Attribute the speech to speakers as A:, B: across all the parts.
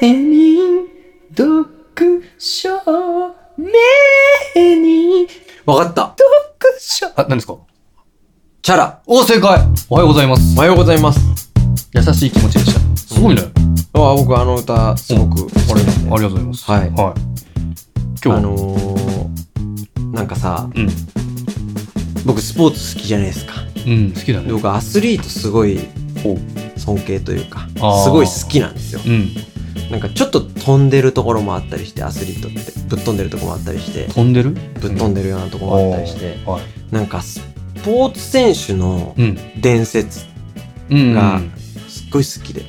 A: 目に読書目に
B: わかった。
A: 読書あ、何ですか
B: チャラ。
A: お、正解おはようございます
B: お。はようございます。
A: 優しい気持ちでした。すごいね。
B: あ僕あの歌、すごく好きなんで。
A: ありがとうございます。
B: はい
A: はい。今日は
B: あのー、なんかさ、
A: うん。
B: 僕スポーツ好きじゃないですか。
A: うん、好きだ
B: で
A: ね。
B: 僕アスリートすごい
A: おう
B: 尊敬というか、
A: あー
B: すごい好きなんですよ。
A: うん。
B: なんかちょっと飛んでるところもあったりして、アスリートって。ぶっ飛んでるとこもあったりして、
A: 飛んでる
B: ぶっ飛んでるようなとこもあったりして、
A: はい。
B: なんかスポーツ選手の
A: うん。
B: 伝説、
A: うん。
B: がすっごい好きで、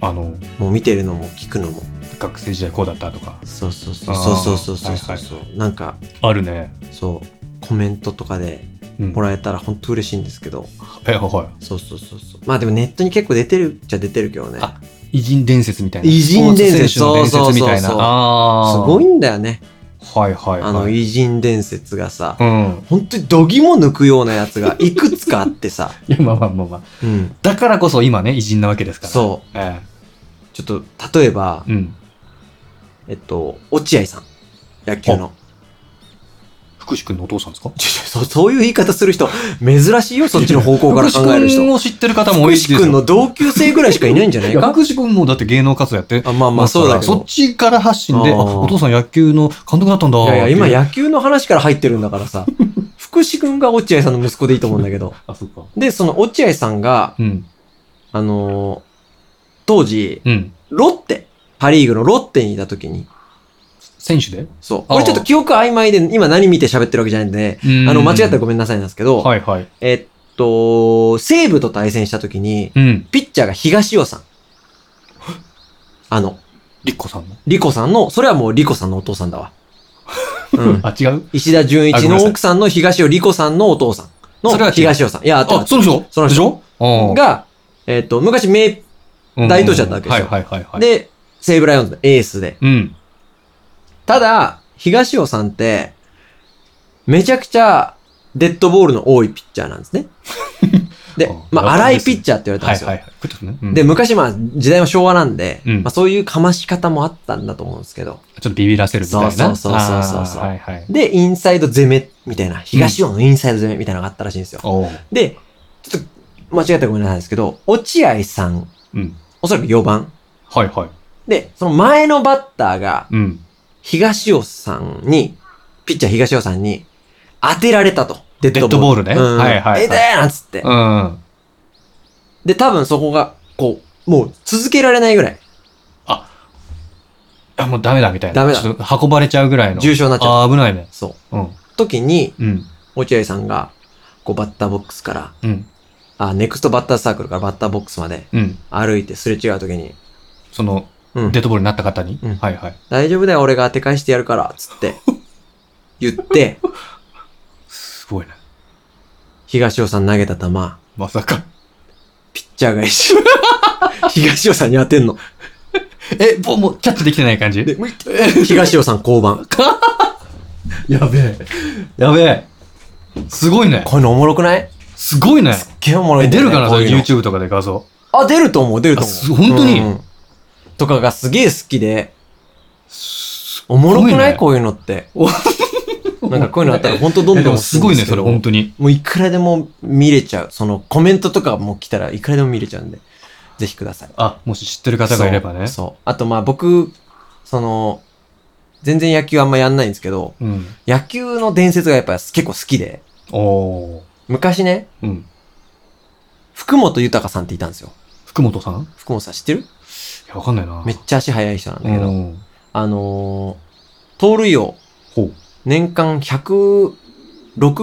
A: あの、
B: もう見てるのも聞くのも。
A: 学生時代こうだったとか。
B: そうそうそう
A: あー
B: そうそうそうそうそう、
A: はいはい
B: なんか
A: あるね。
B: そうコメントとかで
A: うん
B: もらえたら本当嬉しいんですけど、
A: え、は
B: そうそうそうそうまあでもネットに結構出てるっちゃ出てるけどね
A: あい。偉人伝説みたいな。
B: 偉人伝説
A: スポーツ選手の伝説みたいな。
B: そうそうそうそう
A: あ
B: す
A: あ。
B: ごいんだよね
A: はいはいはい。
B: あの偉人伝説がさ、
A: うん。
B: 本当に度肝抜くようなやつがいくつかあっ てさ、
A: いや、まあまあまあまあ。
B: うん、
A: だからこそ今ね、偉人なわけですから。う。
B: そ
A: え
B: うちょっと例えば
A: え。、うん。
B: えっと落合さん野球の
A: 福士君のお父さんですか
B: ちょちょそうそういう言い方する人珍しいよそっちの方向から考える
A: 福士君
B: 人
A: を知ってる方も多いで
B: 福
A: す
B: 士
A: よ
B: 君の同級生ぐらいしかいないんじゃないい
A: や
B: か
A: 福士君もだって芸能活動やって
B: あまあま
A: ま
B: あ
A: あそ
B: そううだ
A: だ
B: け
A: そ
B: ど
A: っちから発信で、
B: あ
A: あ
B: ー
A: お父さん野球の監督だったんだ。
B: いやいや、今
A: ってう、
B: 野球の話から入ってるんだから さ、福士君が落合さんの息子でいいと思うんだけど。
A: あ、そっか。
B: で、その落合さんが、
A: うん。
B: あのー当時、
A: うん。
B: ロッテ、パリーグのロッテにいた時に、
A: 選手で
B: そう。
A: あー
B: これちょっと記憶曖昧で、今何見て喋ってるわけじゃないんで、あの、間違ったらごめんなさいなんですけど、
A: はいはい。
B: えっと、西武と対戦した時に、
A: うん。
B: ピッチャーが東 尾さん。あの、
A: リッコさんの。
B: リコさんの、それはもうリコさんのお父さん だわ。うん。
A: あ、違う
B: 石田純
A: あご
B: 一
A: めんな
B: の
A: さい
B: 奥さんの東尾理子さんのお父さんの
A: それは違う
B: 東尾さん。いや、あと
A: あ、その人
B: その人
A: でしょああ
B: が、えっ、と、昔名、
A: うん
B: 大投手だったわけですよ
A: はいはいはいはい。、
B: で、西武ライオンズのエースで。
A: うん。
B: ただ、東尾さんって、めちゃくちゃ、デッドボールの多いピッチャーなんです ね。で
A: あ、
B: まあ、
A: なるほど
B: 荒いピッチャーって言われたん
A: はい
B: ですよ。
A: はいはい。これちょっとね。うん
B: で、昔、まあ、時代は昭和なんで、
A: うん
B: まあ、そういうかまし方もあったんだと思うんですけど。
A: ちょっとビビらせるみたいな。
B: そうそうそうそうそう
A: あーはいはい。
B: で、インサイド攻め、みたいな、東尾のインサイド攻めみたいなのがあったらしいんですよ。
A: おう
B: で、ちょっと間違ったらごめんなさいですけど、落合さん、
A: うん。
B: おそらく4番。
A: はいはい。
B: で、その前のバッターが、
A: うん。
B: 東尾さんに、ピッチャー東尾さんに、当てられたと。デ
A: ッドボールね
B: うん
A: はいはいはい
B: えだーなんつって
A: う。ん。
B: で、多分そこが、こう、もう続けられないぐらい、
A: あ、もうダメだみたいな。
B: ダメだ
A: ちょっと運ばれちゃうぐらいの。
B: 重症になっちゃっ
A: あー危ないね
B: た。。そう。
A: うん。
B: 時に、
A: うん。
B: 落合さんが、こう、バッターボックスから、
A: うん。
B: あ、ネクストバッターサークルからバッターボックスまで
A: うん。
B: 歩いてすれ違う時に、
A: その、
B: うん
A: デッドボールになった方に、
B: うん
A: はいはい。
B: 大丈夫だよ、俺が当て返してやるから、つって、言って、
A: すごいね。
B: 東尾さん投げた球、
A: まさ か。
B: ピッチャー返し。 東尾さんに当てんの。
A: え、もう、もうキャッチできてない感じ
B: で、東尾さん降板。
A: やべえ。やべえ。すごいね。
B: こういうのおもろくない
A: すごいね。
B: ゲーおもろい
A: え
B: んだ
A: 出る
B: よね、
A: かな、そ
B: こう
A: れ
B: いうの
A: YouTube とかで画像。
B: あ、出ると思う、出ると
A: あす
B: 思う。
A: 本当に
B: うんとかがすげえ好きで、
A: す
B: おもろくない
A: すご
B: こういうのって。
A: お
B: なんかこういうのあったら本当どん
A: えで
B: どん
A: もすごいね、それ、本当に。
B: に。もういくらでも見れちゃう。そのコメントとかも来たらいくらでも見れちゃうんで、ぜひください。
A: あ、もし知ってる方がいればね。
B: そうそう。あとまあ僕、その、全然野球あんまやんないんですけど、
A: うん。
B: 野球の伝説がやっぱ結構好きで、
A: おー。
B: 昔ね、
A: うん。
B: 福本豊さんっていたんですよ。
A: 福本さんい
B: 福本さん知ってる
A: や、わかんないな。
B: めっちゃ足速い人なんだ
A: う
B: けど、
A: ん。
B: あのー、盗塁王、
A: ほう。
B: 年間106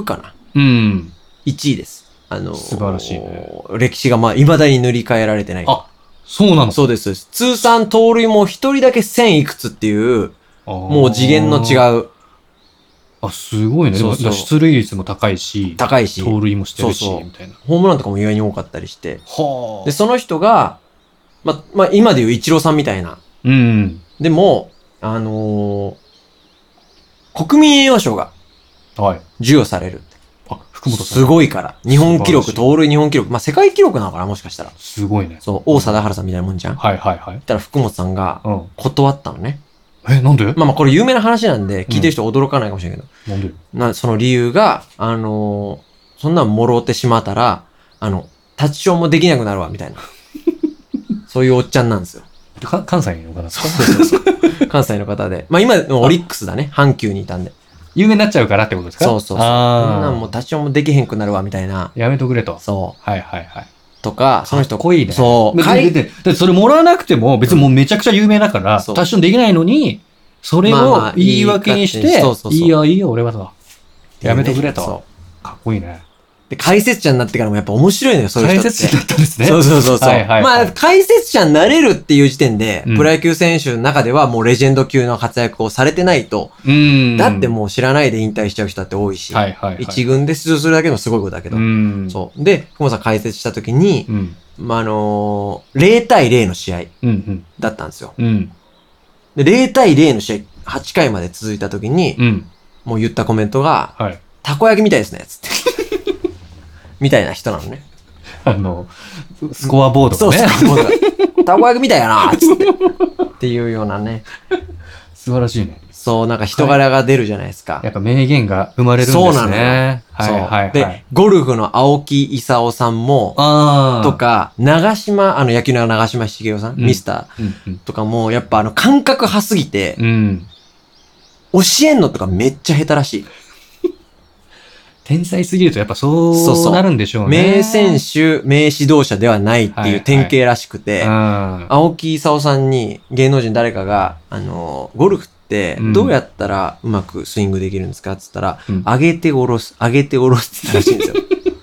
B: かな
A: うん。
B: ?1 位です。あのー、
A: 素晴らしいね
B: 歴史がまあ、未だに塗り替えられてない。
A: あ、そうなの
B: そうです、そうです。通算盗塁も一人だけ1000いくつっていう、
A: も
B: もう次元の違
A: う。
B: う、
A: あ、すごいね。でも
B: そうそう
A: 出塁率も高いし、
B: 高いし、
A: 盗
B: ホ
A: 塁もしてる
B: そう
A: し
B: そ、う
A: みたいな。
B: ームランとかも意外に多かったりして、
A: は
B: で、その人が、ま、まあ、今でいうイチローさんみたいな、
A: うん。
B: でも、あのー国民栄誉賞が
A: はい。
B: 授与される。
A: あ、福福本さ
B: す
A: ん。
B: ごいから。日本
A: 素
B: 記
A: 晴らし
B: 録、
A: い
B: 盗塁日本記録。まあ、世界記録なのかなもしかしたら。
A: すごいね。
B: そう、王貞治さんみたいなもんじゃん。言っ
A: はいはいはい。
B: たら福本さんが
A: うん。
B: 断ったのね。
A: え、なんで
B: まあまあ、これ有名な話なんで、聞いてる人驚かないかもしれないけど。
A: なんで
B: な、その理由が、あのーそんなんもろうてしまったら、あの、立ちションもできなくなるわ、みたいな。そういうおっちゃんな んですよ。
A: か関西の方かな
B: 関西の方で。まあ今のオリックスだね。阪急にいたんで。
A: 有名になっちゃうからってことですか
B: そうそうそうそんなん
A: あ
B: もう立ちションもできへんくなるわ、みたいな。
A: あ。やめとくれと。
B: そ
A: はいはいはい。
B: う。とか、その人、
A: かっこいいね。
B: そう。
A: 別
B: か
A: に
B: い
A: だってだってそれもらわなくても、別にもうめちゃくちゃ有名だから、
B: そう
A: タッションできないのに、それ
B: まあま
A: を
B: あ
A: 言い訳にし
B: いい
A: て
B: そうそ、うそう
A: いいよいいよ俺はと。
B: ていう
A: や
B: ね
A: めとくれと
B: そ
A: かっこいいね。
B: う。で、解説者になってからもやっぱ面白いのよ、そういう人
A: 解
B: って。
A: 説者だったんですね。
B: そうそうそうそう。
A: はいはいはい
B: まあ、解説者になれるっていう時点で、
A: うん
B: プロ野球選手の中ではもうレジェンド級の活躍をされてないと、
A: うん。
B: だってもう知らないで引退しちゃう人だって多いし、
A: はいはいはい。
B: 一軍で出場するだけのすごいことだけど。
A: うん。
B: そう。で、久保さん解説した時に
A: う、ん。
B: まあ、あのー0対0の試合
A: うん。
B: だったんですよ。
A: うん。うん。
B: で、0対0の試合、8回まで続いた時に、
A: うん。
B: もう言ったコメントが、
A: はい。
B: たこ焼きみたいですね、つって。みたいな人なのね。
A: あの、スコアボード
B: そう
A: がね。
B: そうそう。たこ焼きみたいやな、つって。っていうようなね。
A: 素晴らしいね。
B: そう、なんか人柄が出るじゃないですか。
A: やっぱ名言が生まれるんですね。
B: そうなのよ
A: はい
B: そう
A: はいはい。
B: で、ゴルフの青木勲さんも、
A: ああ。
B: と。か、長島、あの野球の長島茂雄さん、
A: うん
B: ミスタ
A: うんうん。
B: ーとかも、やっぱあの感覚派すぎて、
A: うん。
B: 教えんのとかめっちゃ下手らしい。
A: 天才すぎるとやっぱそ
B: そうそ
A: う
B: う
A: なるんでしょうね。
B: 名選手、名指導者ではないって
A: はい
B: い
A: は
B: う
A: い
B: 典型らしくて、
A: うん。
B: 青木勲さんに芸能人誰かが、あの、ゴルフって
A: うん
B: どうやったらうまくスイングできるんですかって言ったら、
A: うん
B: 上げて下ろす、上げて下ろすって言ったらしいんですよ。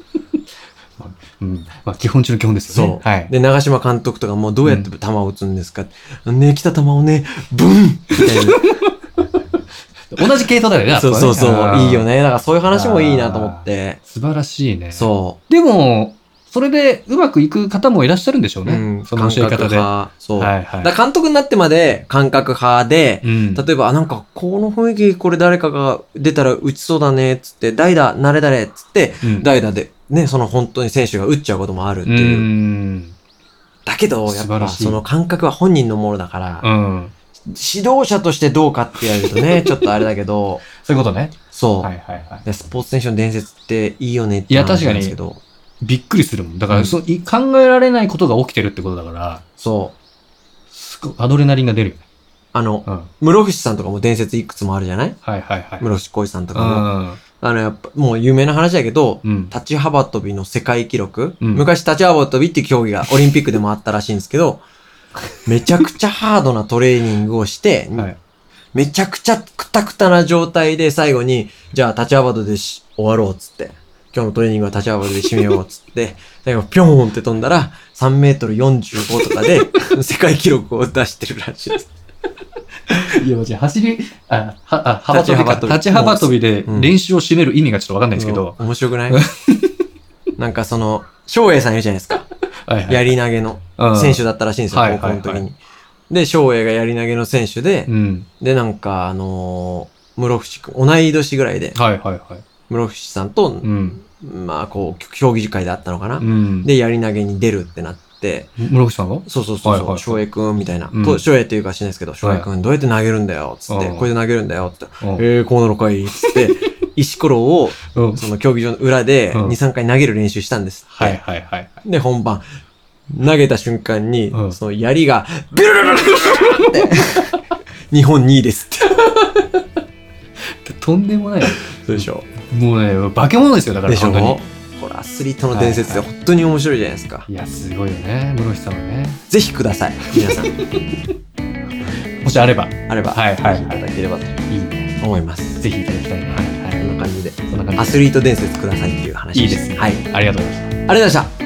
A: うん。まあ、基本中の基本ですよね
B: そ。う。
A: はい。
B: で、長嶋監督とかもうどうやって球を打つんですか、ね、来た球をね、ブンみたいな。
A: 同じ系統だよね、
B: そうそうそ
A: やっぱ
B: う。
A: ね
B: いいよ。ね。だからそういう話もいいなと思って。
A: 素晴らしいね。。
B: そう
A: でも、それでうまくいく方もいらっしゃるんでしょう
B: う。
A: ね。
B: うん。
A: その教え方
B: 感覚
A: で。は
B: 派。そう。
A: い
B: だ
A: は
B: から監督になってまで感覚派で
A: い。、うん。
B: 例えば、あ、なんか、この雰囲気、これ誰かが出たら打ちそうだね、つって、代打、慣れだれ、つって、
A: うん
B: 代打で、ね、その本当に選手が打っちゃうこともあるって
A: う
B: いう。
A: ん。
B: だけど、やっ
A: 素晴
B: ぱ、
A: らしい
B: その感覚は本人のものだから、
A: うん。
B: 指導者としてどうかってやると ね、ちょっとあれだけど、
A: そういうことね。
B: そう、
A: はいはいはい。
B: でスポーツ選手の伝説っていいよねって
A: いや確かに
B: 話なんですけど、
A: びっくりするもん。だか
B: うん
A: ら、そうい考えられないことが起きてるってことだから、
B: そう。
A: すごいアドレナリンが出るよね。
B: あの、
A: うん。
B: 室伏さんとかも伝説いくつもあるじゃない
A: はいはいはい。
B: 室伏浩一さんとかも。
A: うん。
B: あの、やっぱ、もう有名な話だけど、
A: うん。
B: 立ち幅跳びの世界記録、
A: うん
B: 昔立ち幅跳びっていう競技がオリンピックでもあったらしいんですけど、 めちゃくちゃハードなトレーニングをして、
A: はい
B: めちゃくちゃくたくたな状態で最後に、じゃあ立ち幅跳びでし終わろうっつって、今日のトレーニングは立ち幅跳びで締めようっつって、最後ピョーンって飛んだら3メートル45とかで 世界記録を出してるらしいです。
A: いや、じゃ走り、あ、は、あ、幅跳びか。
B: 立
A: 立
B: ち
A: ち
B: 幅
A: 幅
B: 跳
A: 跳びで
B: うん
A: 練習を締める意味がちょっとわかんないんですけど。
B: うん面白くな いなんかその、翔英さんいるじゃないですか。
A: はいはい
B: やり投げの。
A: うん
B: 選手だったらしいんですよ、
A: はいはい
B: 高校
A: はい
B: の時に。で、翔英がやり投げの選手で
A: う、ん。
B: で、なんか、あのー室伏君、同い年ぐらいで、
A: はいはいはい。
B: 室伏さんと
A: う、ん。
B: まあ、こう、競技会であったのかな
A: う。ん。で、
B: で、やり投げに出るってなって、
A: 室伏さんが
B: そうそうそう
A: はい
B: そ
A: は
B: う、
A: い
B: 翔英くんみたいな
A: う。ん
B: と翔英っていうかしないですけど、翔英くんどうやって投げるんだよ、つって、
A: うん
B: これで投げるんだよ、つっ
A: う
B: て、
A: ん
B: えー、こうなのかい、つって、石ころを、
A: うん。
B: その競技場の裏で、
A: う
B: 2、
A: ん
B: 3回投げる練習したんですって。
A: はいはいはい。
B: で、本番、投げた瞬間に、
A: うん
B: その槍が、ビルルルルルルルって、日本2位ですって。
A: とんでもない。
B: そうでしょ
A: もうね、化け物ですよ、だから
B: でしょ
A: 本当に。
B: これアスリートの伝説で
A: は
B: 本当に面白いじゃないですか。
A: いや、すごいよね、室伏さんはね。
B: ぜひください。皆さん、
A: もしあれば、
B: あれば、
A: はいはいはい
B: いただければと
A: いいね。
B: 思います。
A: ぜひいただきたいね。はい
B: こん
A: は
B: な感じで、
A: い。そんな感
B: ア
A: じ
B: スリート伝説くださいっていう話
A: で。いい
B: で。
A: ですすね。
B: はい。ありが
A: ありが
B: と
A: とうございました。
B: うございました。